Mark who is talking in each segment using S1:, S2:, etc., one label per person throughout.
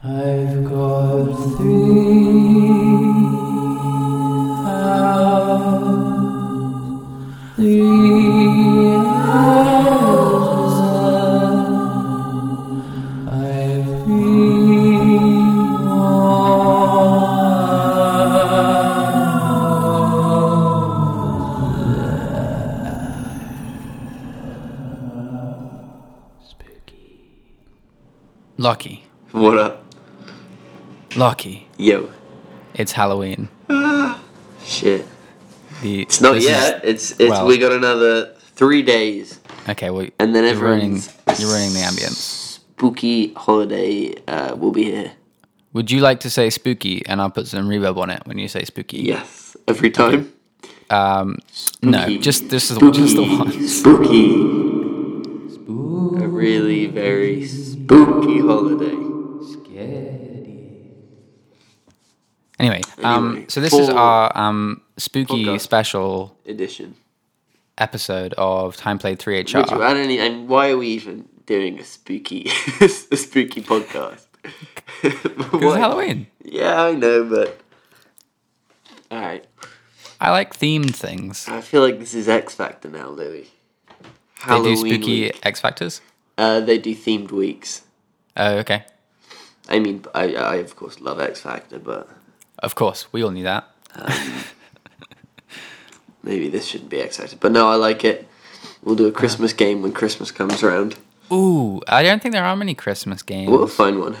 S1: I've got three hours, three hours left. I've three more hours left. Spooky.
S2: Lucky.
S3: What up?
S2: Lucky.
S3: Yo.
S2: It's Halloween.
S3: Shit.
S2: The,
S3: It's not
S2: this is-
S3: yet. it's it's
S2: well-
S3: we got another three days,
S2: okay, well,
S3: and then
S2: you're ruining,
S3: everyone's
S2: you're ruining the ambience.
S3: spooky holiday uh, will be here.
S2: Would you like to say spooky and I'll put some reverb on it when you say spooky?
S3: Yes, every time.
S2: Um, no,
S3: Spooky.
S2: just this is
S3: Spooky.
S2: just the one.
S3: Spooky. A really very spooky holiday.
S2: Anyway, um,
S3: Anyway,
S2: so this is
S3: full
S2: our um, spooky
S3: podcast.
S2: special
S3: Edition.
S2: episode of Time Played
S3: Which, I
S2: 3HR
S3: don't e- and why are we even doing a spooky a spooky podcast?
S2: because
S3: Why?
S2: Halloween.
S3: Yeah, I know, but all right.
S2: I like themed things.
S3: I feel like this is X Factor now, Louis.
S2: They do spooky
S3: week.
S2: X Factors.
S3: Uh, they do themed weeks.
S2: Oh, okay.
S3: I mean, I, I of course love X Factor, but
S2: Of course, we all knew that.
S3: maybe this shouldn't be X Factor. But no, I like it. We'll do a Christmas game when Christmas comes around.
S2: Ooh, I don't think there are many Christmas games.
S3: We'll find one.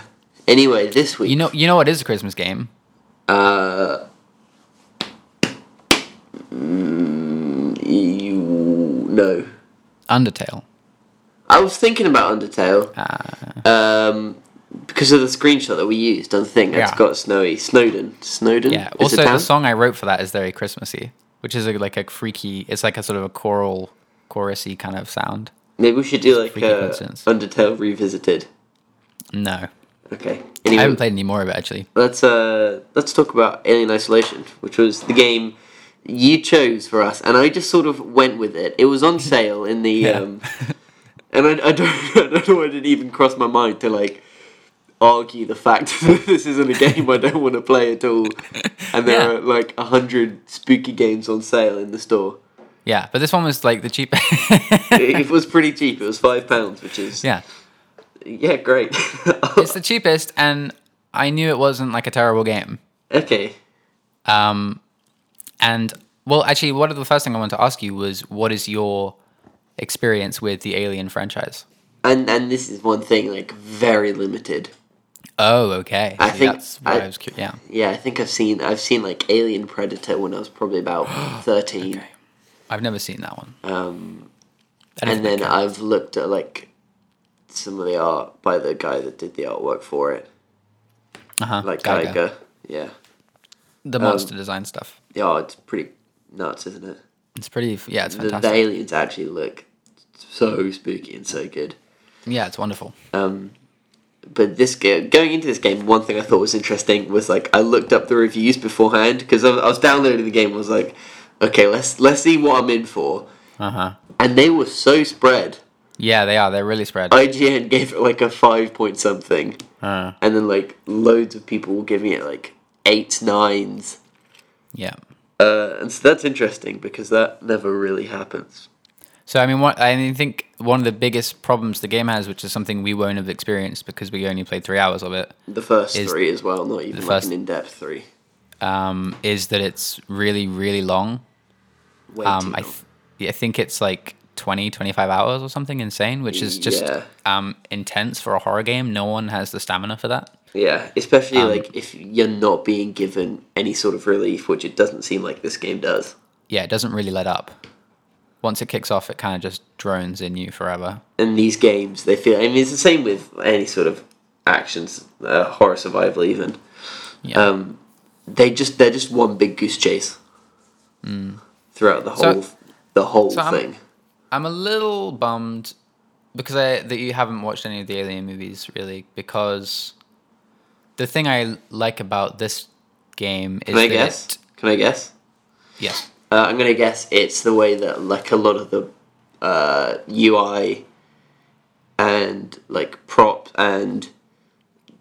S3: Anyway, this week.
S2: You know, you know what is a Christmas game?
S3: Uh, mm, you no.
S2: Undertale.
S3: I was thinking about Undertale. Um, because of the screenshot that we used on the thing, it's
S2: Ah. Yeah.
S3: got Snowy Snowden. Snowden.
S2: Yeah.
S3: Is
S2: Also, the
S3: it town?
S2: song I wrote for that is very Christmassy, which is a, like a freaky. It's like a sort of a choral, chorusy kind of sound.
S3: Maybe we should do like
S2: Freaky
S3: a
S2: coincidence.
S3: Undertale revisited.
S2: No,
S3: Okay.
S2: I haven't
S3: Anyway,
S2: played any more of it actually.
S3: let's uh let's talk about Alien Isolation, which was the game you chose for us, and I just sort of went with it. It was on sale in the
S2: Yeah.
S3: um, and I, I don't I don't know why it didn't even cross my mind to like argue the fact that this isn't a game I don't want to play at all, and there
S2: Yeah.
S3: are like a hundred spooky games on sale in the store.
S2: Yeah, but this one was like the cheap.
S3: It, it was pretty cheap. It was five pounds, which is
S2: yeah,
S3: yeah great.
S2: it's the cheapest, and I knew it wasn't like a terrible game.
S3: okay.
S2: Um, and well, actually, what the first thing I wanted to ask you was, what is your experience with the Alien franchise?
S3: and and this is one thing like very limited.
S2: Oh, okay.
S3: I
S2: See,
S3: think-
S2: that's why I,
S3: I-
S2: was cu- yeah.
S3: Yeah, I think I've seen I've seen like Alien Predator when I was probably about thirteen,
S2: I've never seen that one.
S3: um,
S2: That is
S3: and then
S2: okay.
S3: I've looked at like some of the art by the guy that did the artwork for it,
S2: uh-huh.
S3: like
S2: Geiger.
S3: Geiger. Yeah, Um,
S2: the monster design stuff.
S3: the art's pretty nuts, isn't it?
S2: It's pretty, f- yeah, it's
S3: The,
S2: fantastic.
S3: the aliens actually look so spooky and so good.
S2: yeah, it's wonderful.
S3: Um, but this game, going into this game, one thing I thought was interesting was like I looked up the reviews beforehand because I, I was downloading the game. I was like, okay, let's let's see what I'm in for,
S2: Uh huh.
S3: and they were so spread.
S2: Yeah, they are. They're really spread.
S3: IGN gave it like a five point something,
S2: Uh,
S3: and then like loads of people were giving it like eights, nines,
S2: yeah.
S3: uh, and so that's interesting because that never really happens.
S2: So I mean, what I mean, I think one of the biggest problems the game has, which is something we won't have experienced because we only played three hours of it,
S3: The first
S2: Is-
S3: three as well, not
S2: the
S3: even like
S2: first-
S3: an in depth three.
S2: um, is that it's really, really long.
S3: Way too
S2: Um, I,
S3: long.
S2: th- yeah, I think it's like 20, 25 hours or something insane, which is just
S3: Yeah.
S2: um, intense for a horror game. No one has the stamina for that.
S3: Yeah, especially
S2: Um,
S3: like if you're not being given any sort of relief, which it doesn't seem like this game does.
S2: Yeah, it doesn't really let up. Once it kicks off, it kind of just drones in you forever.
S3: In these games, they feel. I mean, it's the same with any sort of actions, uh, horror survival, even.
S2: Yeah.
S3: Um, they just they're just one big goose chase throughout the
S2: Hmm. So-
S3: whole the whole
S2: so I'm-
S3: thing.
S2: I'm a little bummed because I that you haven't watched any of the Alien movies really because the thing I like about this game is
S3: Can I
S2: that
S3: guess?
S2: it-
S3: Can I guess?
S2: yes.
S3: Uh, I'm gonna guess it's the way that like a lot of the uh, UI and like prop and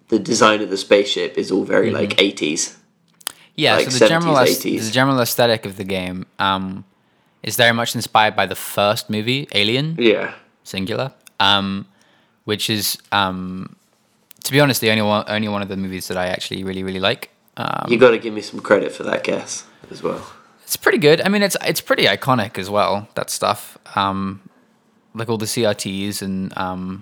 S3: the design of the spaceship is all very like eighties.
S2: Yeah,
S3: Like
S2: so the
S3: 70s,
S2: general aes-
S3: 80s.
S2: the general aesthetic of the game um, is very much inspired by the first movie, Alien
S3: Yeah.
S2: Singular, um, which is, um, to be honest, the only one only one of the movies that I actually really really like. Um,
S3: You got to give me some credit for that guess as well.
S2: it's pretty good. I mean, it's it's pretty iconic as well. That stuff, um, like all the CRTs and um,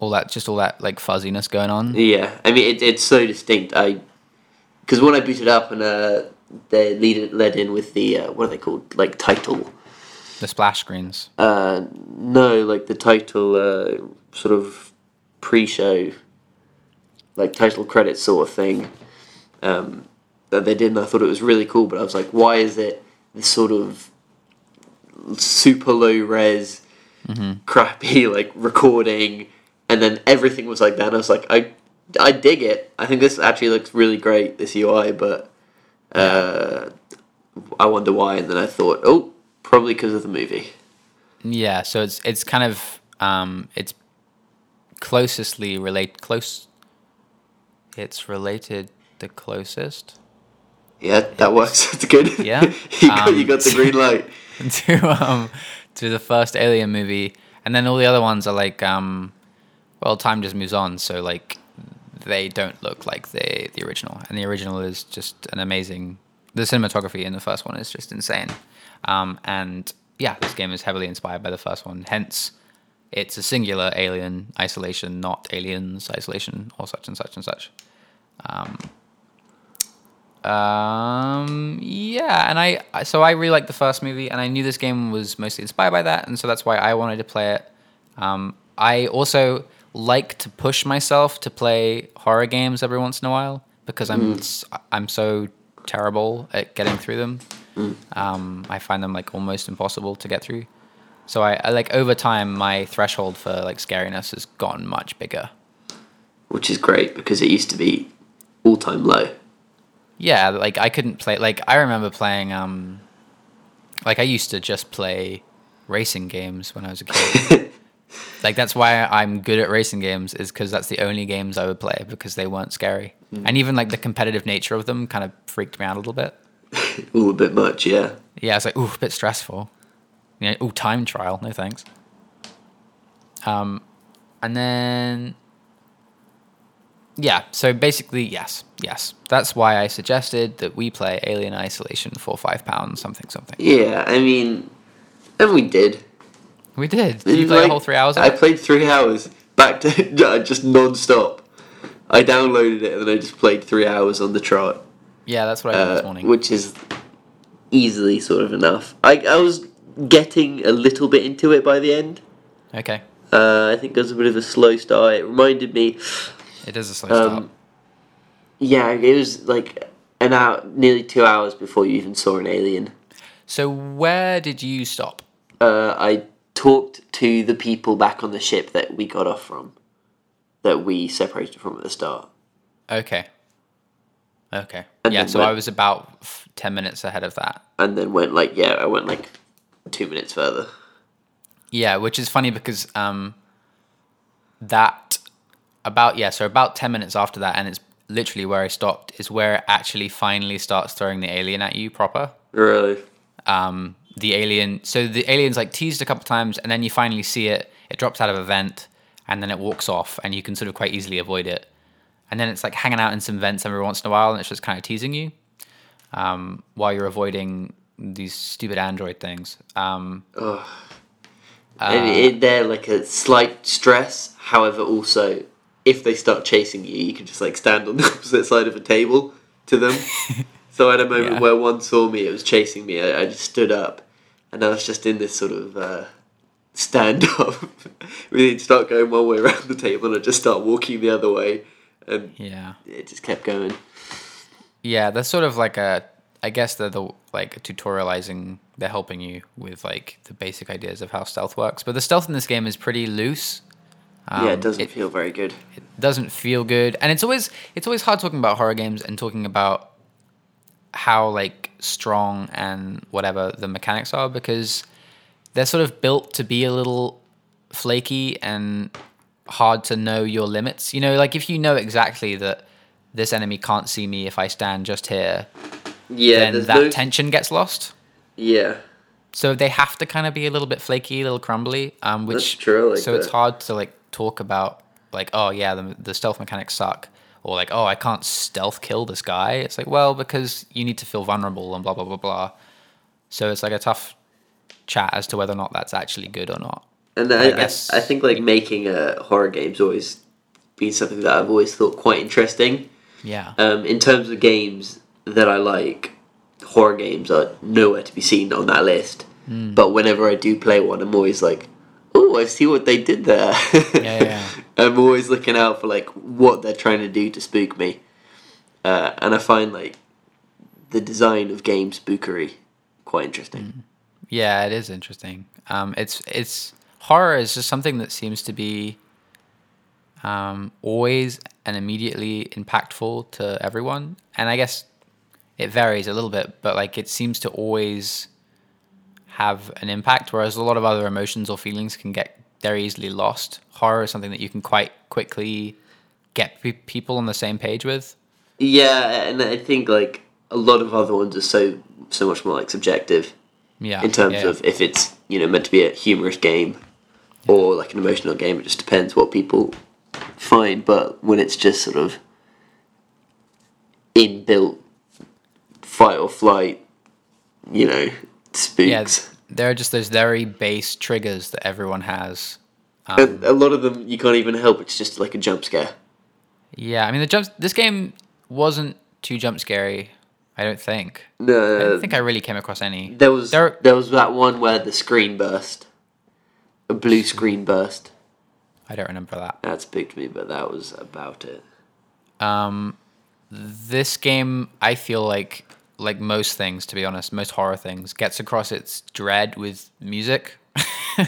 S2: all that, just all that like fuzziness going on.
S3: Yeah, I mean it, it's so distinct. I because when I booted up and uh, they lead led in with the uh, what are they called like title?
S2: The splash screens.
S3: Uh, no, like the title uh, sort of pre-show, like title credit sort of thing um, that they did, and I thought it was really cool. But I was like, why is it this sort of super low res, crappy like recording? And then everything was like that. And I was like, I, I dig it. I think this actually looks really great. This UI, but uh, I wonder why. And then I thought, oh, probably because of the movie.
S2: Yeah, so it's it's kind of um it's closestly relate close it's related the closest
S3: Yeah, that works. That's good.
S2: Yeah.
S3: you, got, you
S2: Um,
S3: got the green light.
S2: to um to the first alien movie and then all the other ones are like um well time just moves on so like they don't look like the the original and the original is just an amazing the cinematography in the first one is just insane um and yeah this game is heavily inspired by the first one hence it's a singular alien isolation not aliens isolation or such and such and such Um, yeah, and I I- so I really liked the first movie, and I knew this game was mostly inspired by that, and so that's why I wanted to play it. Um, I also like to push myself to play horror games every once in a while because I'm s am so terrible at getting through them. Um, I find them like almost impossible to get through. So I, I like over time my threshold for like scariness has gotten much bigger.
S3: Which is great because it used to be all time low.
S2: yeah like i couldn't play like i remember playing um like i used to just play racing games when i was a kid like that's why i'm good at racing games is because that's the only games i would play because they weren't scary and even like the competitive nature of them kind of freaked me out a little bit
S3: All a bit much, yeah.
S2: yeah it's like ooh a bit stressful you know ooh time trial no thanks um and then yeah so basically yes yes that's why i suggested that we play alien isolation for five pounds something something
S3: Yeah, I mean, and we did.
S2: we did did you play the
S3: Like,
S2: whole three hours of
S3: I
S2: it?
S3: played three hours back to just non stop. I downloaded it and then I just played three hours on the trot.
S2: yeah that's what i did
S3: uh,
S2: this morning
S3: which is easily sort of enough. I, I was getting a little bit into it by the end.
S2: okay
S3: Uh, I think it was a bit of a slow start. It reminded me
S2: it is a slow
S3: Um, yeah, it was like an hour, nearly two hours before you even saw an alien.
S2: start so where did you stop
S3: Uh, I talked to the people back on the ship that we got off from, that we separated from at the start.
S2: okay okay
S3: And
S2: yeah
S3: then
S2: so
S3: where-
S2: i was about f- 10 minutes ahead of that
S3: And then went like, yeah, I went like two minutes further.
S2: Yeah, which is funny because um, that about yeah, so about ten minutes after that, and it's literally where I stopped is where it actually finally starts throwing the alien at you proper.
S3: Really?
S2: Um, the alien, so the alien's like teased a couple times, and then you finally see it. It drops out of a vent, and then it walks off, and you can sort of quite easily avoid it. And then it's like hanging out in some vents every once in a while, and it's just kind of teasing you um, while you're avoiding these stupid android things. Um, Uh,
S3: and it, they're like a slight stress. However, also, if they start chasing you, you can just like stand on the opposite side of a table to them. so I had a moment
S2: Yeah.
S3: where one saw me, it was chasing me. I, I just stood up, and I was just in this sort of uh, stand up. we didn't start going one way around the table, and I just start walking the other way, and
S2: yeah.
S3: it just kept going.
S2: Yeah, that's sort of like a. I guess they're the like tutorializing. They're helping you with like the basic ideas of how stealth works, but the stealth in this game is pretty loose.
S3: yeah,
S2: Um,
S3: it doesn't feel very good.
S2: doesn't feel good, and it's always it's always hard talking about horror games and talking about how like strong and whatever the mechanics are because they're sort of built to be a little flaky and hard to know your limits. You know, like if you know exactly that this enemy can't see me if I stand just here,
S3: Yeah,
S2: then
S3: there's
S2: that
S3: no,
S2: tension gets lost.
S3: yeah,
S2: So they have to kind of be a little bit flaky, a little crumbly. Um, which
S3: That's true, I like
S2: so it's
S3: that.
S2: hard to like talk about like, oh yeah, the, the stealth mechanics suck, or like, oh I can't stealth kill this guy. It's like well because you need to feel vulnerable and blah blah blah blah. So it's like a tough chat as to whether or not that's actually good or not.
S3: and I,
S2: I
S3: I,
S2: guess-
S3: I think like making a horror game's always been something that I've always thought quite interesting.
S2: Yeah.
S3: Um, in terms of games that I like, horror games are nowhere to be seen on that list.
S2: Hmm.
S3: But whenever I do play one, I'm always like, "Oh, I see what they did there."
S2: yeah,
S3: I'm always looking out for like what they're trying to do to spook me, uh, and I find like the design of game spookery quite
S2: Hmm.
S3: interesting.
S2: Yeah, it is interesting. Um, it's it's horror is just something that seems to be um, always and immediately impactful to everyone, and I guess it varies a little bit, but like it seems to always have an impact, whereas a lot of other emotions or feelings can get very easily lost. Horror is something that you can quite quickly get pe- people on the same page with.
S3: Yeah, and I think like a lot of other ones are so so much more like subjective.
S2: Yeah,
S3: in terms
S2: yeah.
S3: of if it's you know meant to be a humorous game or like an emotional game. It just depends what people find. But when it's just sort of inbuilt fight or flight, you know,
S2: yeah,
S3: spooks.
S2: there are just those very base triggers that everyone has. um,
S3: And a lot of them you can't even help. It's just like a jump scare.
S2: Yeah, I mean the jumps. This game wasn't too jump scary. I don't think. I
S3: No, uh,
S2: don't think I really came across any.
S3: there was
S2: there-
S3: there was that one where the screen burst, a blue screen burst.
S2: I don't remember that.
S3: That spooked me, but that was about it.
S2: This game, I feel like, like most things, to be honest, most horror things, gets across its dread with music.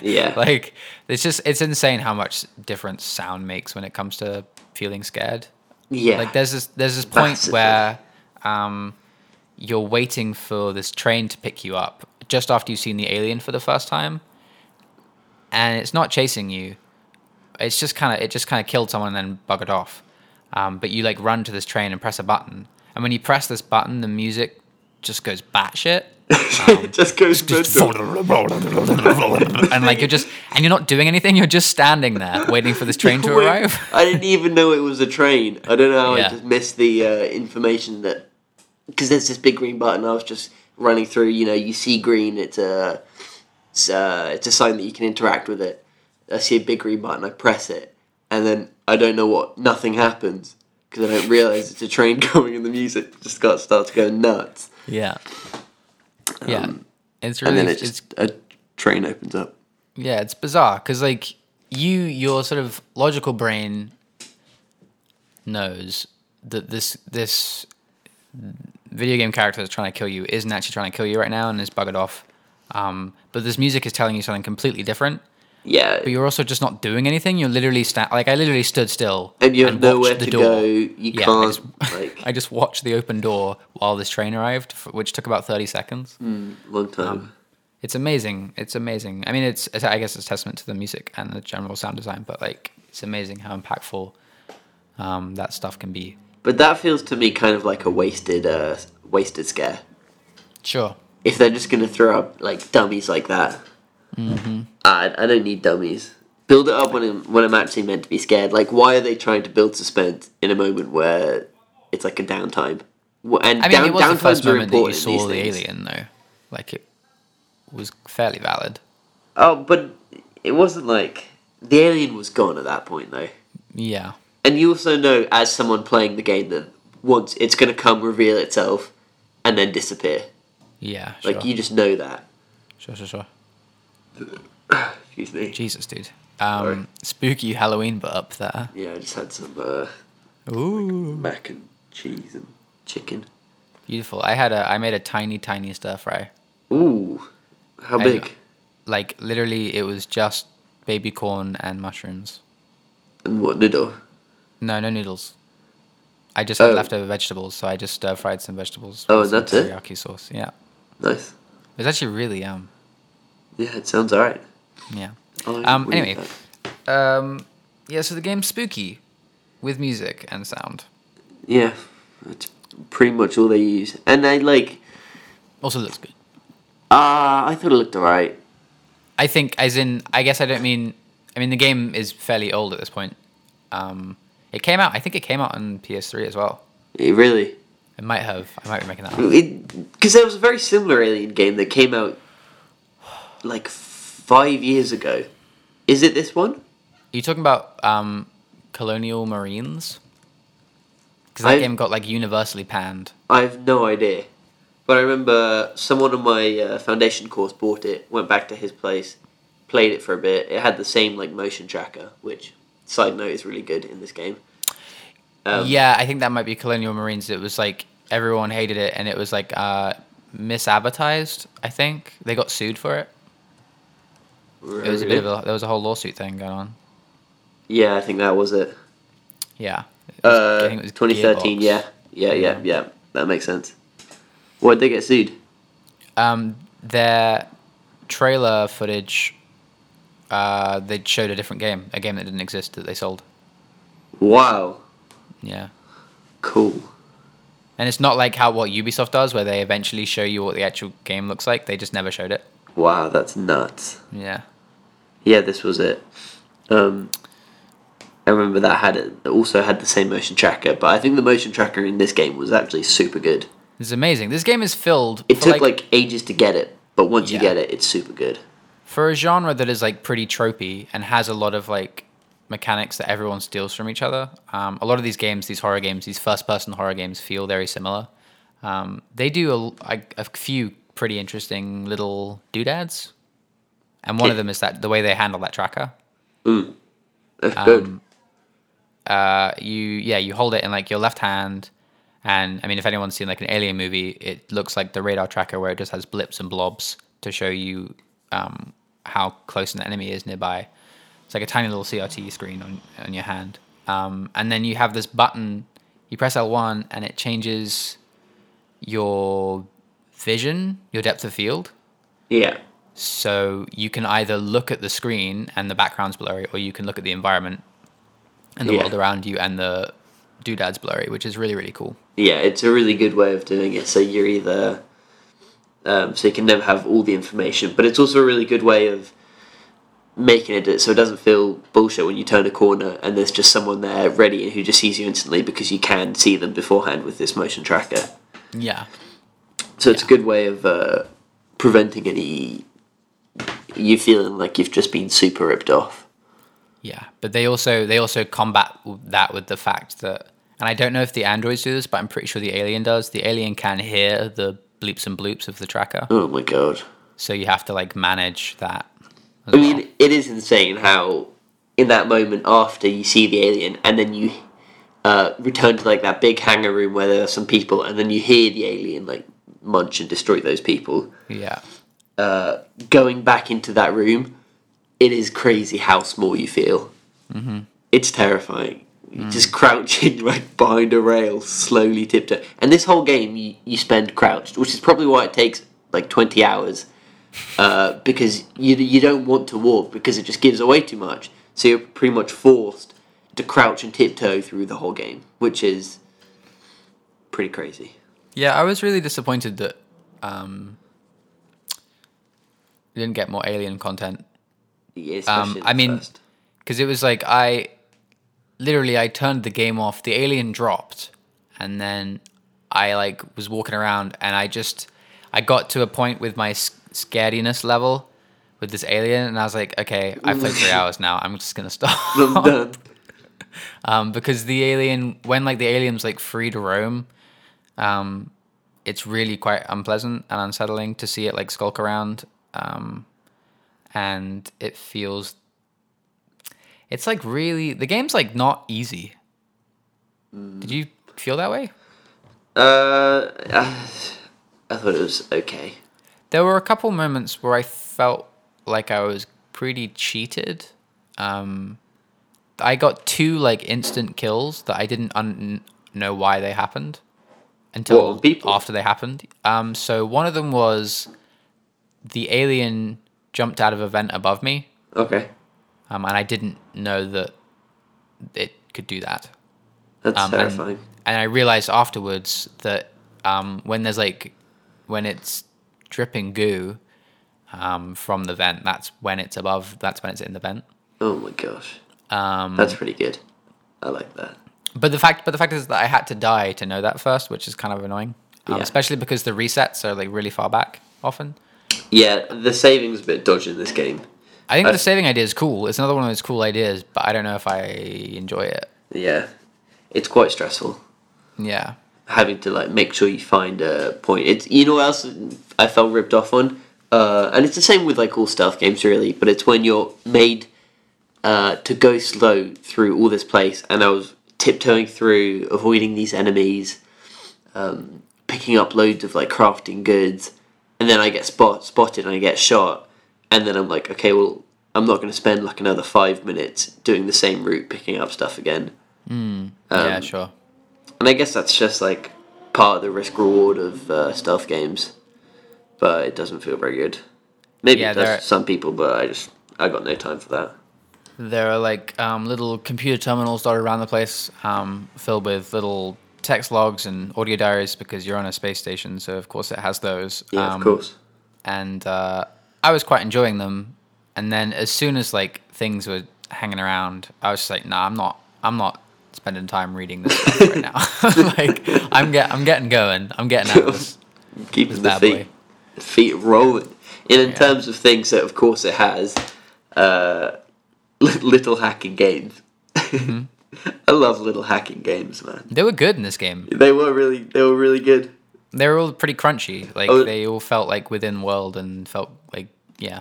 S3: Yeah.
S2: like it's just it's insane how much difference sound makes when it comes to feeling scared.
S3: Yeah,
S2: Like there's this there's this point
S3: Massively.
S2: where um, you're waiting for this train to pick you up just after you've seen the alien for the first time, and it's not chasing you. It's just kind of it just kind of killed someone and then buggered off. Um, but you like run to this train and press a button, and when you press this button, the music just goes batshit.
S3: it just goes mental.
S2: and like you're just and you're not doing anything. You're just standing there waiting for this train to
S3: Wait,
S2: arrive.
S3: I didn't even know it was a train. I don't know how
S2: Yeah.
S3: I just missed the uh, information that because there's this big green button. I was just running through. You know, you see green. It's a it's, uh, it's a sign that you can interact with it. I see a big green button. I press it, and then I don't know what. Nothing happens because I don't realize it's a train coming, and the music just got starts going nuts,
S2: Yeah. Yeah. it's really
S3: and then it
S2: it's
S3: just a train opens up.
S2: yeah, it's bizarre cuz like you your sort of logical brain knows that this this video game character that's trying to kill you isn't actually trying to kill you right now and is buggered off. Um, but this music is telling you something completely different.
S3: Yeah,
S2: But you're also just not doing anything. You're literally sta- like I literally stood still
S3: and you have nowhere
S2: watched
S3: to go. You
S2: Yeah, I
S3: can't
S2: just-
S3: like
S2: I just watched the open door while this train arrived, f- which took about thirty seconds.
S3: long time.
S2: um, it's amazing. It's amazing. I mean, it's it's- I guess it's testament to the music and the general sound design, but like it's amazing how impactful um, that stuff can be.
S3: But that feels to me kind of like a wasted, uh, wasted scare.
S2: Sure.
S3: If they're just gonna throw up like dummies like that,
S2: Mm-hmm.
S3: I, I don't need dummies. Build it up when I'm, when I'm actually meant to be scared. Like, why are they trying to build suspense in a moment where it's like a downtime? Wh- And
S2: I mean,
S3: down,
S2: it was the first
S3: downtimes are
S2: moment that you
S3: important. in
S2: saw the
S3: these things.
S2: alien, though. Like it was fairly valid.
S3: Oh, but it wasn't like the alien was gone at that point though.
S2: Yeah.
S3: And you also know, as someone playing the game, that once it's gonna come, reveal itself, and then disappear.
S2: Yeah. Sure.
S3: Like you just know that.
S2: sure. Sure. Sure.
S3: Excuse me.
S2: Jesus, dude. Um, spooky Halloween, but up there.
S3: Yeah, I just had some uh,
S2: Ooh.
S3: mac and cheese and chicken.
S2: Beautiful. I had a I made a tiny tiny stir fry.
S3: Ooh, how
S2: I
S3: big?
S2: know. Like literally it was just baby corn and mushrooms.
S3: And what noodle?
S2: No, no noodles. I just had
S3: Oh.
S2: leftover vegetables, so I just stir fried some vegetables.
S3: Oh,
S2: with some
S3: that's it?
S2: Teriyaki sauce. Yeah.
S3: Nice.
S2: It was actually really um
S3: Yeah, it sounds alright.
S2: yeah.
S3: I
S2: Um
S3: would eat
S2: anyway.
S3: that.
S2: Um Yeah, so the game's spooky with music and sound.
S3: Yeah, that's pretty much all they use. And they like,
S2: Also looks good.
S3: ah, I thought it looked alright.
S2: I think, as in, I guess I don't mean. I mean, the game is fairly old at this point. Um, it came out. I think it came out on PS3 as well.
S3: It really,
S2: It might have. I might be making that up.
S3: because there was a very similar Alien game that came out like five years ago. Is it this one?
S2: Are you talking about um, Colonial Marines? Because that
S3: I-
S2: game got like universally panned.
S3: I have no idea. But I remember someone on my uh, foundation course bought it, went back to his place, played it for a bit. It had the same like motion tracker, which side note is really good in this game. Um,
S2: yeah, I think that might be Colonial Marines. It was like everyone hated it, and it was like uh, misadvertised. I think they got sued for it. It was a bit of a there was a whole lawsuit thing going on.
S3: yeah, I think that was it.
S2: Yeah. It was- I
S3: Uh,
S2: think it was
S3: 2013.
S2: Gearbox.
S3: Yeah, yeah, yeah, yeah. That makes sense. Why'd they get sued?
S2: Um, their trailer footage. Uh, they showed a different game, a game that didn't exist that they sold.
S3: Wow,
S2: Yeah.
S3: cool.
S2: And it's not like how what Ubisoft does, where they eventually show you what the actual game looks like. They just never showed it.
S3: Wow, that's nuts.
S2: Yeah.
S3: Yeah, this was it. Um, I remember that had it it also had the same motion tracker, but I think the motion tracker in this game was actually super good.
S2: It's amazing. This game is filled.
S3: It
S2: for,
S3: took like, ages to get it, but once you
S2: Yeah.
S3: get it, it's super good.
S2: for a genre that is like pretty tropey and has a lot of like mechanics that everyone steals from each other. Um, a lot of these games, these horror games, these first-person horror games, feel very similar. Um, they do a, a, a few pretty interesting little doodads, and one of
S3: Yeah.
S2: them is that the way they handle that tracker. Um,
S3: That's good.
S2: uh, you yeah you hold it in like your left hand and i mean if anyone's seen like an alien movie it looks like the radar tracker where it just has blips and blobs to show you um, how close an enemy is nearby it's like a tiny little crt screen on, on your hand um, and then you have this button you press l1 and it changes your vision your depth of field
S3: Yeah.
S2: so you can either look at the screen and the background's blurry, or you can look at the environment and the
S3: Yeah.
S2: world around you and the doodad's blurry, which is really, really cool.
S3: Yeah, it's a really good way of doing it. So you're either um, so you can never have all the information, but it's also a really good way of making it so it doesn't feel bullshit when you turn a corner and there's just someone there ready and who just sees you instantly because you can see them beforehand with this motion tracker.
S2: Yeah.
S3: So it's a good way of uh, preventing any you feeling like you've just been super ripped off.
S2: Yeah. But they also they also combat w- that with the fact that and I don't know if the androids do this, but I'm pretty sure the alien does. The alien can hear the bleeps and bloops of the tracker.
S3: Oh my god.
S2: So you have to like manage that. as
S3: I
S2: well.
S3: mean, it is insane how, in that moment after you see the alien, and then you uh, return to like that big hangar room where there are some people, and then you hear the alien like munch and destroy those people.
S2: yeah.
S3: Uh, going back into that room, it is crazy how small you feel. Mm-hmm. It's terrifying.
S2: Mm.
S3: You Just crouching like behind a rail, slowly tiptoe. And this whole game, you, you spend crouched, which is probably why it takes like twenty hours uh, because you you don't want to walk because it just gives away too much. So you're pretty much forced to crouch and tiptoe through the whole game, which is pretty crazy.
S2: Yeah, I was really disappointed that um, we didn't get more alien content
S3: Yeah,
S2: Um,
S3: especially
S2: I
S3: the
S2: mean,
S3: first.
S2: because it was like I literally I turned the game off. The alien dropped, and then I like was walking around, and I just I got to a point with my s- scarediness level with this alien, and I was like, okay, I've played three hours now. I'm just gonna stop.
S3: I'm done.
S2: Um, because the alien, when like the alien's like free to roam, um, it's really quite unpleasant and unsettling to see it like skulk around. Um, and it feels, it's like really the game's like not easy. Did you feel that way?
S3: Uh, I, I thought it was okay.
S2: There were a couple moments where I felt like I was pretty cheated. Um, I got two like instant kills that I didn't un- know why they happened until
S3: What, people?
S2: after they happened. Um, so one of them was the alien jumped out of a vent above me,
S3: Okay.
S2: um, and I didn't know that it could do that.
S3: That's
S2: Um,
S3: terrifying.
S2: and, and I realized afterwards that um, when there's like when it's dripping goo um, from the vent, that's when it's above. That's when it's in the vent.
S3: Oh my gosh,
S2: Um,
S3: that's pretty good. I like that.
S2: but the fact, but the fact is that I had to die to know that first, which is kind of annoying, um,
S3: Yeah.
S2: especially because the resets are like really far back often.
S3: Yeah, the savings a bit dodgy in this game.
S2: I think
S3: I-
S2: the saving idea is cool. It's another one of those cool ideas, but I don't know if I enjoy it.
S3: Yeah, it's quite stressful
S2: Yeah.
S3: having to like make sure you find a point. It's you know what else I felt ripped off on, uh, and it's the same with like all stealth games really. But it's when you're made uh, to go slow through all this place, and I was tiptoeing through, avoiding these enemies, um, picking up loads of like crafting goods, and then I get spot spotted and I get shot, and then I'm like, okay, well. I'm not going to spend like another five minutes doing the same route, picking up stuff again. Um,
S2: yeah, sure.
S3: And I guess that's just like part of the risk reward of uh, stealth games, but it doesn't feel very good. Maybe
S2: Yeah,
S3: it does
S2: there-
S3: to some people, but I just I got no time for that.
S2: There are like um, little computer terminals dotted around the place, um, filled with little text logs and audio diaries because you're on a space station, so of course it has those.
S3: Yeah,
S2: Um,
S3: of course.
S2: And uh, I was quite enjoying them, and then as soon as like things were hanging around, I was just like, "Nah, I'm not. I'm not spending time reading this stuff right now. like, I'm get, I'm getting going. I'm getting out of this, this
S3: Keeping the
S2: bad
S3: feet
S2: boy."
S3: feet rolling. And in terms of things that, of course, it has, uh, li- little hacking games.
S2: Mm-hmm.
S3: I love little hacking games, man.
S2: They were good in this game.
S3: They were really they were really good.
S2: They were all pretty crunchy. Like
S3: Oh.
S2: they all felt like within world and felt like yeah.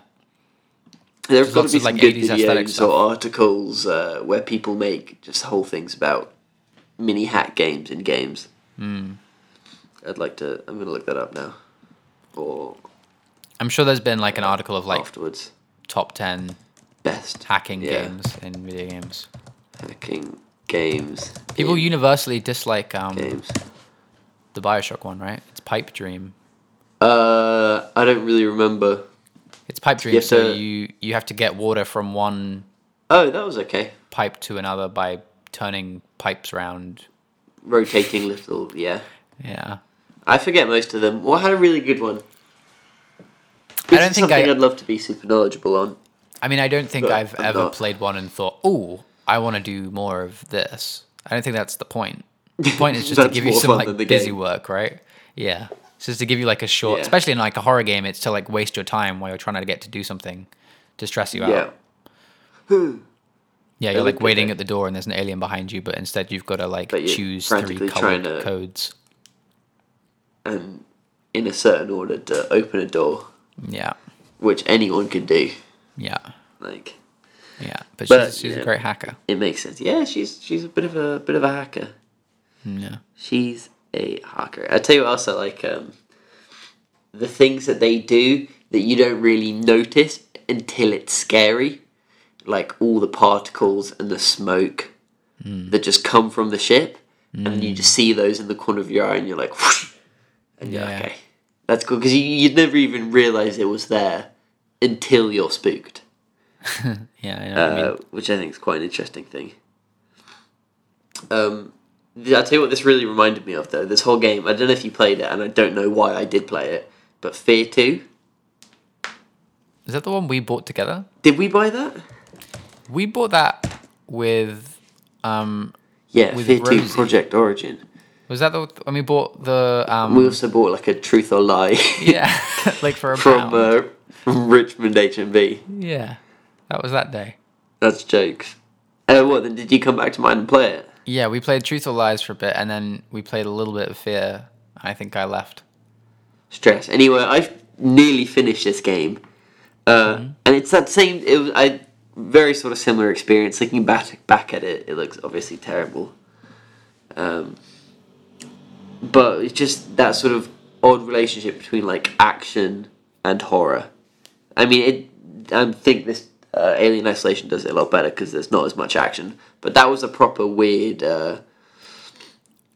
S3: There's got to
S2: lots
S3: be
S2: of,
S3: some
S2: like,
S3: good
S2: 80s aesthetic
S3: videos
S2: stuff.
S3: or articles uh, where people make just whole things about mini hack games in games.
S2: Hmm.
S3: Mm. I'd like to. I'm gonna look that up now, or
S2: I'm sure there's been like an article of like
S3: afterwards.
S2: top ten
S3: Best
S2: hacking
S3: yeah,
S2: games in video games.
S3: Hacking games.
S2: People
S3: in
S2: universally dislike um,
S3: games.
S2: the Bioshock one, right? It's Pipe Dream.
S3: Uh, I don't really remember.
S2: It's Pipe Dream,
S3: have
S2: so
S3: to-
S2: you you have to get water from one
S3: Oh, that was okay.
S2: pipe to another by turning pipes round.
S3: Rotating little. Yeah,
S2: Yeah.
S3: I forget most of them. Well, I had a really good one.
S2: I don't
S3: This is
S2: think
S3: something
S2: I.
S3: would love to be super knowledgeable on.
S2: I mean, I don't think
S3: But
S2: I've
S3: I'm
S2: ever
S3: not.
S2: played one and thought, "Oh, I want to do more of this." I don't think that's the point. The point is just to
S3: That's
S2: give you
S3: more
S2: some
S3: fun than the
S2: like busy
S3: game.
S2: work, right? Yeah, it's just to give you like a short,
S3: Yeah.
S2: especially in like a horror game, it's to like waste your time while you're trying to get to do something to stress you
S3: Yeah.
S2: out. Yeah, you're
S3: would
S2: like
S3: be
S2: waiting
S3: good.
S2: at the door and there's an alien behind you, but instead you've got to like
S3: But you're
S2: choose three
S3: frantically trying
S2: colored
S3: to-
S2: codes.
S3: and in a certain order to open a door,
S2: Yeah,
S3: which anyone can do.
S2: yeah,
S3: Like
S2: yeah. But,
S3: But,
S2: she's, she's a
S3: yeah.
S2: great hacker.
S3: it makes sense. Yeah, she's she's a bit of a bit of a hacker.
S2: Yeah.
S3: She's a hacker. I tell you what else I like. Um, the things that they do that you don't really notice until it's scary, like all the particles and the smoke that just come from the ship, and you just see those in the corner of your eye, and you're like, whoosh, and you're
S2: Yeah.
S3: like, okay, that's cool because you you'd never even realize it was there until you're spooked,
S2: Yeah, I know what you mean.
S3: uh, which I think is quite an interesting thing. Um, th- I'll tell you what this really reminded me of though. This whole game, I don't know if you played it, and I don't know why I did play it, but Fear Two.
S2: Is that the one we bought together?
S3: Did we buy that?
S2: We bought that with um
S3: Yeah,
S2: With
S3: Fear Two
S2: Rosie.
S3: Project Origin.
S2: Was that the when we bought the um
S3: We also bought like a Truth or Lie
S2: yeah like for a
S3: from
S2: pound?
S3: uh, from Richmond H and B.
S2: yeah that was that day
S3: That's jokes. Uh, what then? Did you come back to mine and play it?
S2: yeah we played truth or lies for a bit and then we played a little bit of fear I think I left
S3: stress. Anyway, I've nearly finished this game, uh, and it's that same. It was I very sort of similar experience. Looking back back at it, it looks obviously terrible, um, but it's just that sort of odd relationship between like action and horror. I mean, it. I think this uh, Alien Isolation does it a lot better because there's not as much action. But that was a proper weird, uh,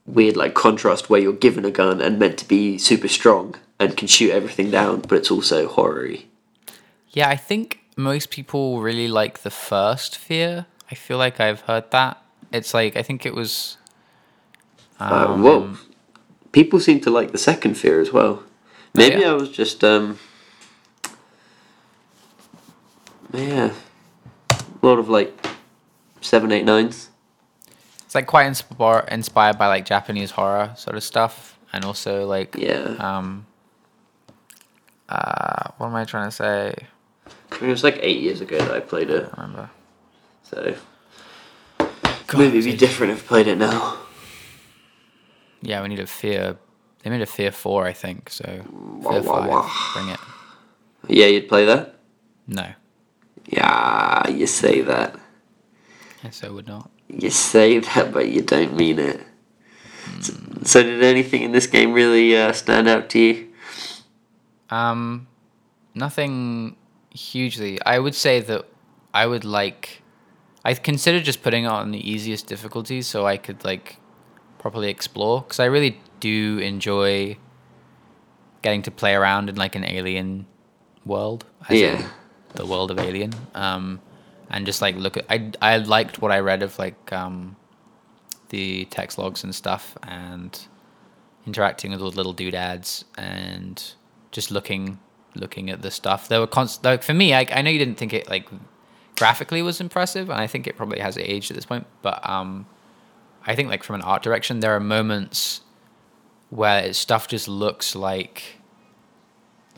S3: weird like contrast where you're given a gun and meant to be super strong and can shoot everything down, but it's also horror-y.
S2: yeah I think most people really like the first fear I feel like I've heard that It's like I think it was. Ah,
S3: Uh, whoa. People seem to like the second fear as well. Maybe
S2: yeah.
S3: I was just um Yeah. A lot of like seven, eight, nines.
S2: It's like quite inspir- inspired by like Japanese horror sort of stuff, and also like
S3: Yeah.
S2: Um. Uh, what am I trying to say?
S3: I mean, it was like eight years ago that I played it,
S2: I remember.
S3: so
S2: God,
S3: maybe it'd be
S2: dude.
S3: different if I played it now.
S2: Yeah, we need a fear. They made a fear four, I think. So fear
S3: wah,
S2: five,
S3: wah.
S2: bring it.
S3: Yeah, you'd play that?
S2: No,
S3: Yeah, you say that.
S2: I so would not.
S3: You say that, but you don't mean it. S- So, did anything in this game really uh, stand out to you?
S2: Um, nothing hugely. I would say that I would like. I considered just putting it on the easiest difficulty so I could like properly explore because I really do enjoy getting to play around in like an alien world. as in
S3: Yeah.
S2: the world of Alien. Um, and just like look at I I liked what I read of like um, the text logs and stuff and interacting with all the little doodads and just looking looking at the stuff. There were const- like for me, I, I know you didn't think it like graphically was impressive, and I think it probably has aged at this point. But um, I think like from an art direction, there are moments where stuff just looks like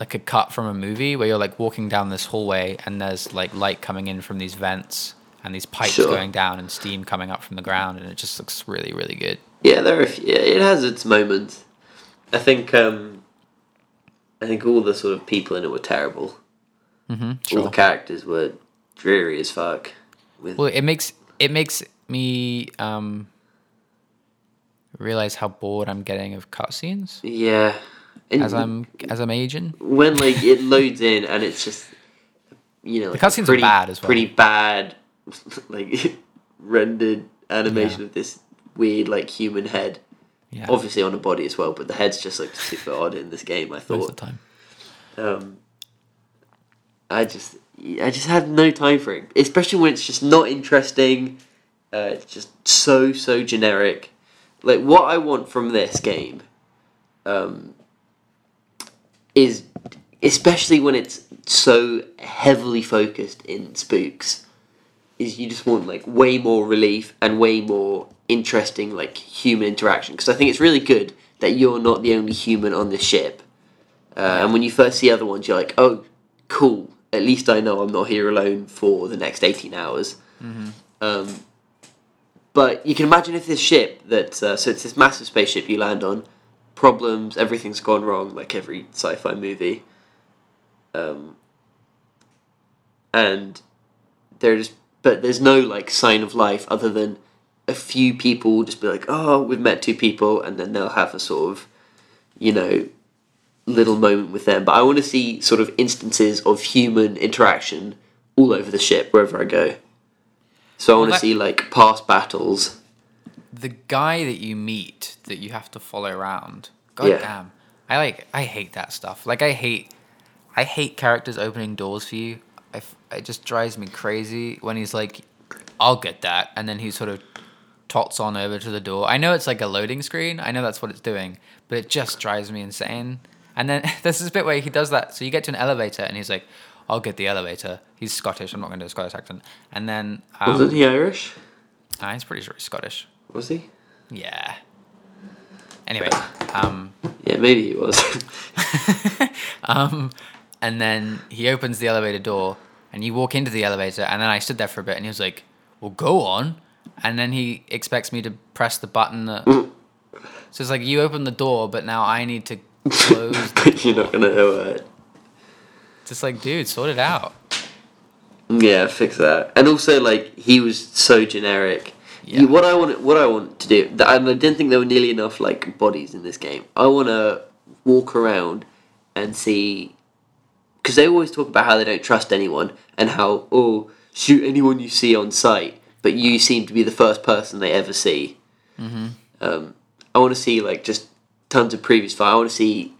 S2: like a cut from a movie where you're like walking down this hallway and there's like light coming in from these vents and these pipes
S3: Sure.
S2: going down and steam coming up from the ground and it just looks really really good
S3: Yeah, there are. A few, yeah, it has its moments. I think. um I think all the sort of people in it were terrible.
S2: mm-hmm,
S3: All the characters were dreary as fuck. With
S2: Well, it makes it makes me um realize how bored I'm getting of cutscenes
S3: yeah, and
S2: as I'm as I'm aging.
S3: when like it loads in and it's just you know like a
S2: cutscenes are
S3: pretty
S2: bad as well.
S3: pretty bad like rendered animation of this weird like human head
S2: Yeah,
S3: obviously on a body as well but the head's just like super odd in this game i
S2: most of
S3: thought
S2: the time.
S3: um i just i just had no time for it especially when it's just not interesting uh it's just so so generic like what i want from this game um is especially when it's so heavily focused in spooks is you just want like way more relief and way more interesting like human interaction because i think it's really good that you're not the only human on this ship uh, and when you first see other ones you're like oh cool at least i know i'm not here alone for the next 18 hours um, but you can imagine if this ship that uh, so it's this massive spaceship you land on problems everything's gone wrong like every sci-fi movie um, and there's but there's no like sign of life other than a few people will just be like oh we've met two people and then they'll have a sort of you know little moment with them but i want to see sort of instances of human interaction all over the ship wherever i go so i want to
S2: that-
S3: see like past battles
S2: The guy that you meet that you have to follow around. God
S3: Yeah.
S2: damn. I like I hate that stuff. Like I hate I hate characters opening doors for you. I f it just drives me crazy when he's like, "I'll get that," and then he sort of tots on over to the door. I know it's like a loading screen. I know that's what it's doing, but it just drives me insane. And then there's this bit where he does that. So you get to an elevator, and he's like, "I'll get the elevator." He's Scottish. I'm not going to do a Scottish accent. And then um,
S3: wasn't he irish
S2: i he's pretty sure he's Scottish.
S3: was he
S2: Yeah. Anyway, um,
S3: yeah maybe he was
S2: um, and then he opens the elevator door, and you walk into the elevator, and then I stood there for a bit, and he was like, "Well, go on," and then he expects me to press the button that. so it's like you open the door, but now I need to close.
S3: you're not gonna uh,
S2: it's just like, dude, sort it out.
S3: Yeah, fix that. And also, like he was so generic.
S2: Yeah.
S3: What I want, what I want to do, th- and I didn't think there were nearly enough like bodies in this game. I want to walk around and see, because they always talk about how they don't trust anyone and how oh shoot anyone you see on sight, but you seem to be the first person they ever see. Mm-hmm. Um, I want to see like just tons of previous fire. I want to see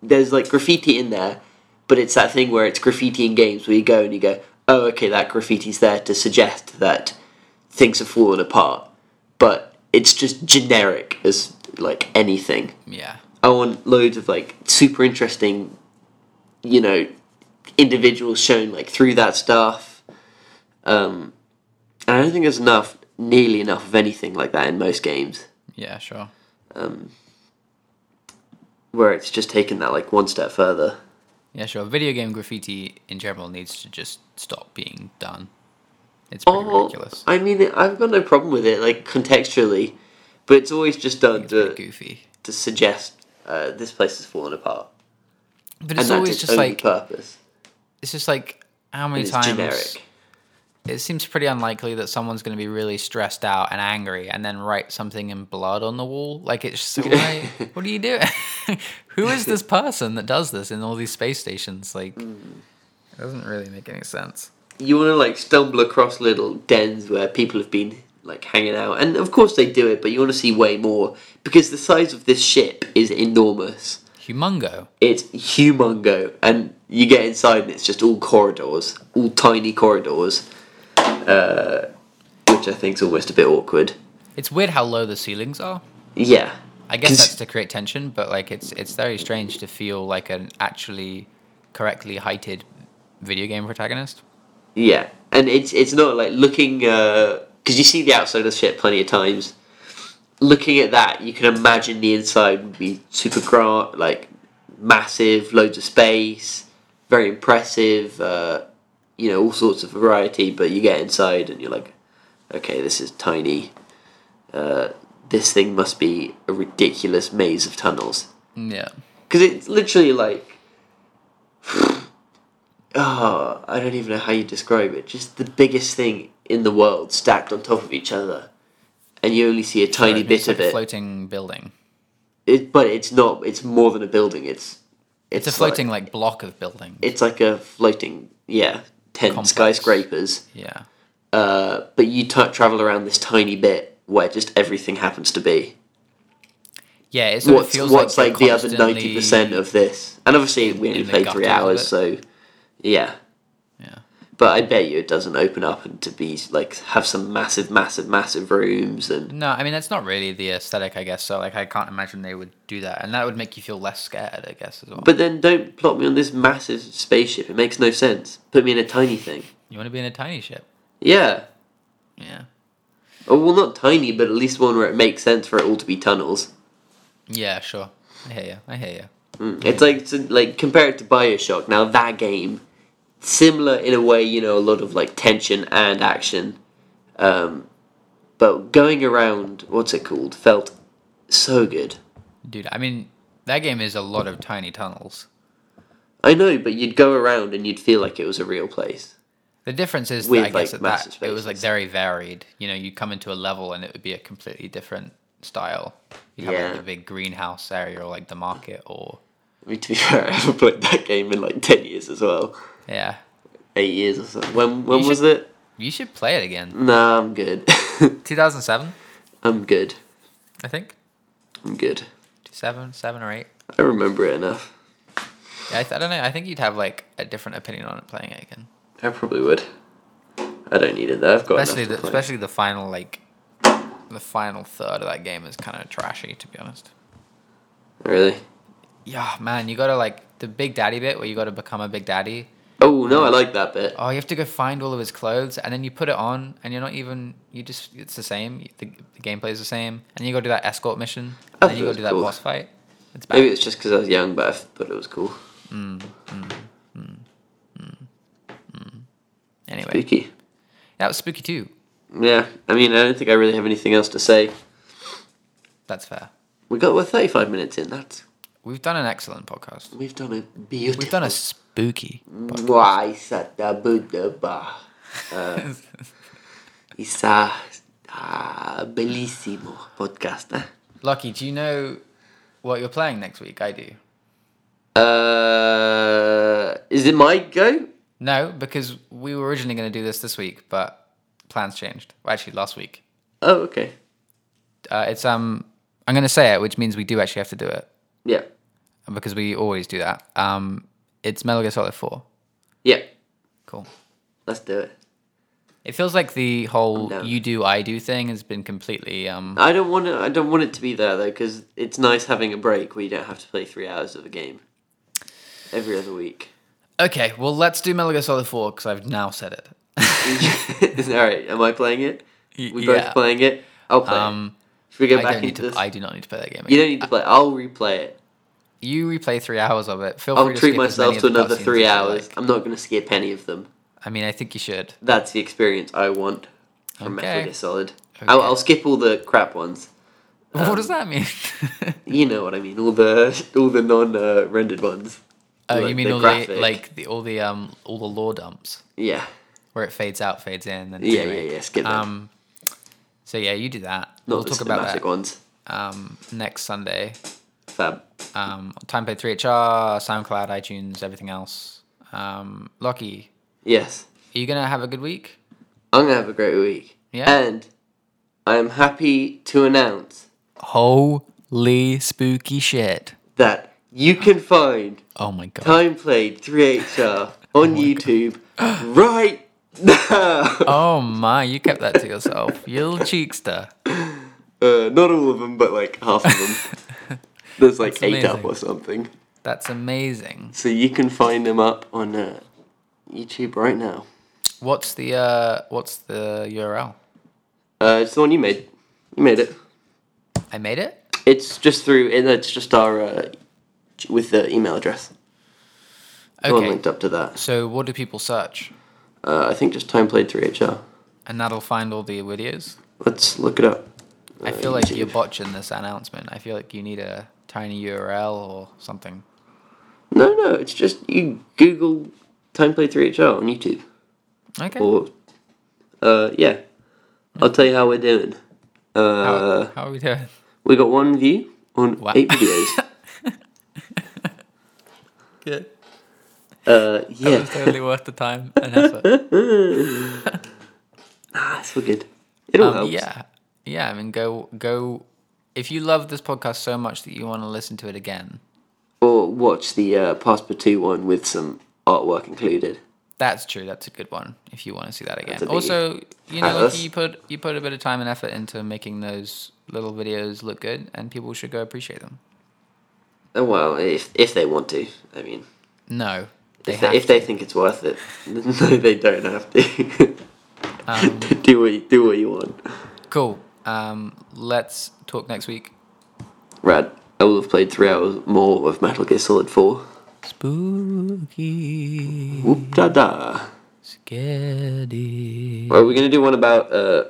S3: there's like graffiti in there, but it's that thing where it's graffiti in games where you go and you go, oh, okay, that graffiti's there to suggest that things have fallen apart. but it's just generic as like anything.
S2: Yeah.
S3: I want loads of like super interesting, you know, individuals shown like through that stuff. Um, and I don't think there's enough, nearly enough of anything like that in most games,
S2: Yeah, sure.
S3: where it's just taken that like one step further.
S2: Yeah, sure. Video game graffiti in general needs to just stop being done. It's pretty
S3: Or-
S2: ridiculous.
S3: Oh, I mean, I've got no problem with it, like contextually, but it's always just done
S2: It's pretty
S3: to,
S2: goofy.
S3: to suggest uh, this place has fallen apart,
S2: But
S3: and
S2: it's
S3: that's
S2: always
S3: its
S2: just
S3: only
S2: like
S3: purpose.
S2: it's just like how many
S3: It's
S2: times
S3: generic.
S2: it seems pretty unlikely that someone's going to be really stressed out and angry and then write something in blood on the wall. Like it's just like, why- what do you do? Who is this person that does this in all these space stations? Like,
S3: Hmm.
S2: it doesn't really make any sense.
S3: you want to like stumble across little dens where people have been like hanging out, and of course they do it, but you want to see way more because the size of this ship is enormous.
S2: Humongo.
S3: It's humongo, and you get inside, and it's just all corridors, all tiny corridors, uh, which I think's almost a bit awkward.
S2: It's weird how low the ceilings are.
S3: Yeah,
S2: I guess
S3: Cons-
S2: that's to create tension, but like it's it's very strange to feel like an actually correctly heighted video game protagonist.
S3: Yeah, and it's it's not like looking because you see the outside of the ship plenty of times. Looking at that, you can imagine the inside would be super grand, like massive, loads of space, very impressive. Uh, you know, all sorts of variety. But you get inside, and you're like, okay, this is tiny. Uh, this thing must be a ridiculous maze of tunnels
S2: Yeah.
S3: because it's literally like oh i don't even know how you describe it just the biggest thing in the world stacked on top of each other and you only see a tiny
S2: It's
S3: bit
S2: like
S3: of
S2: a
S3: it.
S2: floating building.
S3: it but it's not it's more than a building it's
S2: It's, a floating like, block of building.
S3: it's like a floating yeah 10
S2: Complex.
S3: skyscrapers
S2: yeah.
S3: uh, but you t- travel around this tiny bit where just everything happens to be
S2: Yeah, it sort of
S3: what's
S2: feels
S3: what's like,
S2: like,
S3: the
S2: you're
S3: other ninety percent
S2: constantly-
S3: of this? And obviously, we only
S2: the
S3: played
S2: gut
S3: three
S2: a little
S3: hours,
S2: bit.
S3: so yeah.
S2: Yeah.
S3: But I bet you it doesn't open up and to be like have some massive, massive, massive rooms and
S2: No, I mean that's not really the aesthetic, I guess. So like, I can't imagine they would do that, and that would make you feel less scared, I guess, as well.
S3: but then don't plot me on this massive spaceship. It makes no sense. Put me in a tiny thing.
S2: you want to be in a tiny ship.
S3: Yeah.
S2: Yeah.
S3: Oh well not tiny, but at least one where it makes sense for it all to be tunnels.
S2: Yeah, sure. I hear you. I hear you.
S3: Mm. It's like it's like compare it to Bioshock. Now that game, similar in a way, you know, a lot of like tension and action, um, but going around, what's it called? Felt so good.
S2: Dude, I mean, that game is a lot of tiny tunnels.
S3: I know, but you'd go around and you'd feel like it was a real place.
S2: The difference is
S3: With,
S2: that I guess that,
S3: like, massive
S2: that it was like
S3: spaces.
S2: very varied. You know, you come into a level and it would be a completely different style. You'd have
S3: Yeah.
S2: like the big greenhouse area or like the market or
S3: I mean, to be fair, I haven't played that game in like ten years as well,
S2: yeah.
S3: eight years or so. When when
S2: You
S3: was
S2: should-
S3: it?
S2: You should play it again.
S3: Nah, I'm good.
S2: 2007,
S3: I'm good.
S2: I think.
S3: I'm good.
S2: Seven, seven or eight.
S3: I remember it enough.
S2: Yeah, I, th- I don't know. I think you'd have like a different opinion on it playing it again,
S3: I probably would. I don't need it though. I've got
S2: especially
S3: enough
S2: the,
S3: to play.
S2: especially the final like the final third of that game is kind of trashy, to be honest.
S3: Really?
S2: Yeah, man, you gotta like the big daddy bit where you gotta become a big daddy.
S3: Oh no, I like that bit.
S2: Oh, you have to go find all of his clothes, and then you put it on, and you're not even. You just it's the same. The, the gameplay is the same, and you go do that escort mission, and
S3: Oh,
S2: then you go
S3: that's
S2: do that
S3: cool.
S2: boss fight. It's bad.
S3: Maybe it's just because I was young, but I thought it was cool.
S2: anyway,
S3: Spooky.
S2: that was spooky too.
S3: Yeah, I mean, I don't think I really have anything else to say.
S2: That's fair.
S3: We got we're thirty five minutes in. That's
S2: We've done an excellent podcast.
S3: we've done a beautiful.
S2: We've done a spooky. podcast.
S3: Why sat the Buddha Uh, ba? It's a, a ah, bellissimo podcast. Eh?
S2: Lucky, do you know what you're playing next week? I do.
S3: Uh, is it my go?
S2: No, because we were originally going to do this this week, but plans changed. Well, actually, last week.
S3: Oh, okay.
S2: Uh, it's um, I'm going to say it, which means we do actually have to do it.
S3: Yeah,
S2: because we always do that. Um, it's Metal Gear Solid Four.
S3: yeah.
S2: Cool.
S3: Let's do it.
S2: It feels like the whole
S3: down.
S2: "you do, I do" thing has been completely. Um,
S3: I don't want to. I don't want it to be there though, because it's nice having a break where you don't have to play three hours of a game every other week.
S2: okay, well, let's do Metal Gear Solid Four because I've now said it.
S3: All right, am I playing it? We
S2: yeah.
S3: both playing it. I'll play.
S2: Um,
S3: it. Should we go
S2: I
S3: back
S2: don't need
S3: into
S2: to.
S3: this?
S2: I do not need to play that game.
S3: you
S2: Again.
S3: don't need to play. it. I'll replay it.
S2: You replay three hours of it. Feel
S3: I'll
S2: free to
S3: treat
S2: skip as
S3: myself
S2: many
S3: to
S2: of the
S3: another
S2: cutscenes
S3: three
S2: as you
S3: hours.
S2: like.
S3: I'm not going to skip any of them.
S2: I mean, I think you should.
S3: That's the experience I want from Metal
S2: Okay.
S3: Gear Solid. I'll,
S2: Okay.
S3: I'll skip all the crap ones. Um,
S2: what does that mean?
S3: You know what I mean. All the all the non uh, rendered ones.
S2: oh,
S3: Like
S2: you mean
S3: the
S2: all the
S3: graphic.
S2: like the all the um all the lore dumps
S3: Yeah,
S2: where it fades out, fades in, then
S3: yeah, yeah,
S2: anyway.
S3: yeah. Skip them.
S2: Um, so yeah, you do that.
S3: not
S2: we'll
S3: the
S2: talk about
S3: cinematic
S2: that
S3: ones.
S2: um, next Sunday.
S3: Fab.
S2: Um, Time Play 3HR, SoundCloud, iTunes, everything else. Um, Lockie,
S3: Yes.
S2: are you gonna have a good week?
S3: I'm gonna have a great week.
S2: Yeah.
S3: And I am happy to announce
S2: Holy spooky shit!
S3: that you can find
S2: Oh my god!
S3: Time Played 3HR on YouTube right now.
S2: Oh my! You kept that to yourself, you little cheekster.
S3: Uh, not all of them, but like half of them. There's like
S2: That's
S3: eight up
S2: amazing.
S3: or something.
S2: That's amazing.
S3: So you can find them up on uh, YouTube right now.
S2: What's the uh, what's the URL?
S3: Uh, it's the one you made. You made it.
S2: I made it.
S3: It's just through. and It's just our uh, with the email address. The one
S2: Okay.
S3: linked up to that.
S2: So what do people search?
S3: Uh, I think just Time Played 3HR.
S2: And that'll find all the videos.
S3: Let's look it up.
S2: I
S3: Uh,
S2: feel like
S3: YouTube.
S2: you're botching this announcement. I feel like you need a tiny URL or something.
S3: No, no, it's just you Google Time Play 3HR on YouTube.
S2: Okay.
S3: Or, uh, yeah. I'll tell you how we're doing. Uh,
S2: How are we doing?
S3: we got one view on
S2: Wow.
S3: eight videos.
S2: Good.
S3: uh,
S2: It was
S3: yeah.
S2: totally worth the time and effort.
S3: Ah, it's all good. It all
S2: Um,
S3: helps.
S2: yeah. Yeah, I mean go go if you love this podcast so much that you want to listen to it again,
S3: Or watch the uh, Passepartout one with some artwork included.
S2: that's true, that's a good one if you want to see that again.
S3: a biggie.
S2: Also, you know,
S3: Alice?
S2: like you put you put a bit of time and effort into making those little videos look good and people should go appreciate them.
S3: Oh, well, if, if they want to. I mean,
S2: No. They
S3: if, they,
S2: have
S3: if
S2: to.
S3: they think it's worth it. no, they don't have to.
S2: Um.
S3: do, what you, do what you want.
S2: Cool. Um, let's talk next week.
S3: Rad. I will have played three hours more of Metal Gear Solid 4.
S2: Spooky,
S3: Whoop da da.
S2: scary.
S3: Are we gonna do one about uh,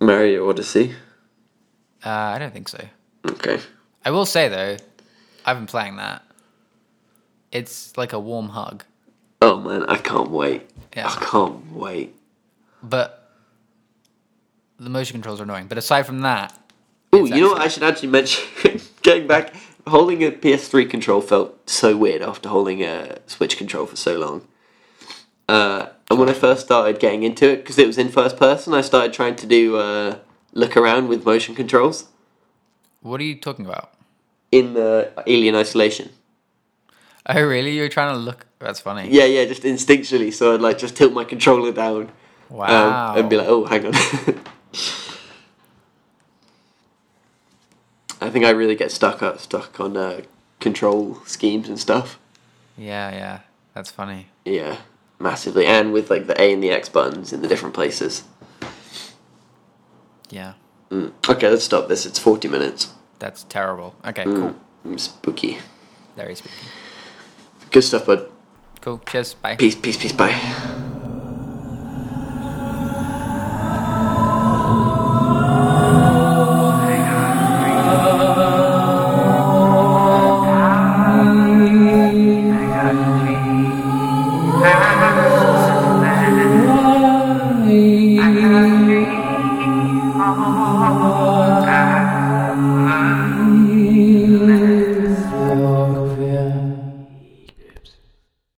S3: Mario Odyssey?
S2: Uh, I don't think so.
S3: Okay.
S2: I will say though, I've been playing that. It's like a warm hug,
S3: Oh man, I can't wait.
S2: Yeah.
S3: I can't wait.
S2: but the motion controls are annoying. But aside from that,
S3: Oh, you know what? I should actually mention. getting back, holding a PS3 control felt so weird after holding a Switch control for so long. Uh, and when I first started getting into it, because it was in first person, I started trying to do uh, look around with motion controls
S2: what are you talking about?
S3: in uh, Alien Isolation.
S2: Oh, really? You're trying to look? That's funny.
S3: Yeah, yeah, just instinctually. So I'd like just tilt my controller down
S2: Wow.
S3: um, and be like, oh, hang on. I think I really get stuck up, stuck on uh, control schemes and stuff.
S2: yeah, yeah. That's funny.
S3: Yeah, massively, and with like the A and the X buttons in the different places.
S2: Yeah,
S3: Mm. Okay, let's stop this. It's forty minutes.
S2: that's terrible. Okay, cool.
S3: Mm, spooky.
S2: Very spooky.
S3: Good stuff, bud.
S2: Cool. Cheers. Bye.
S3: Peace, peace, peace. Bye.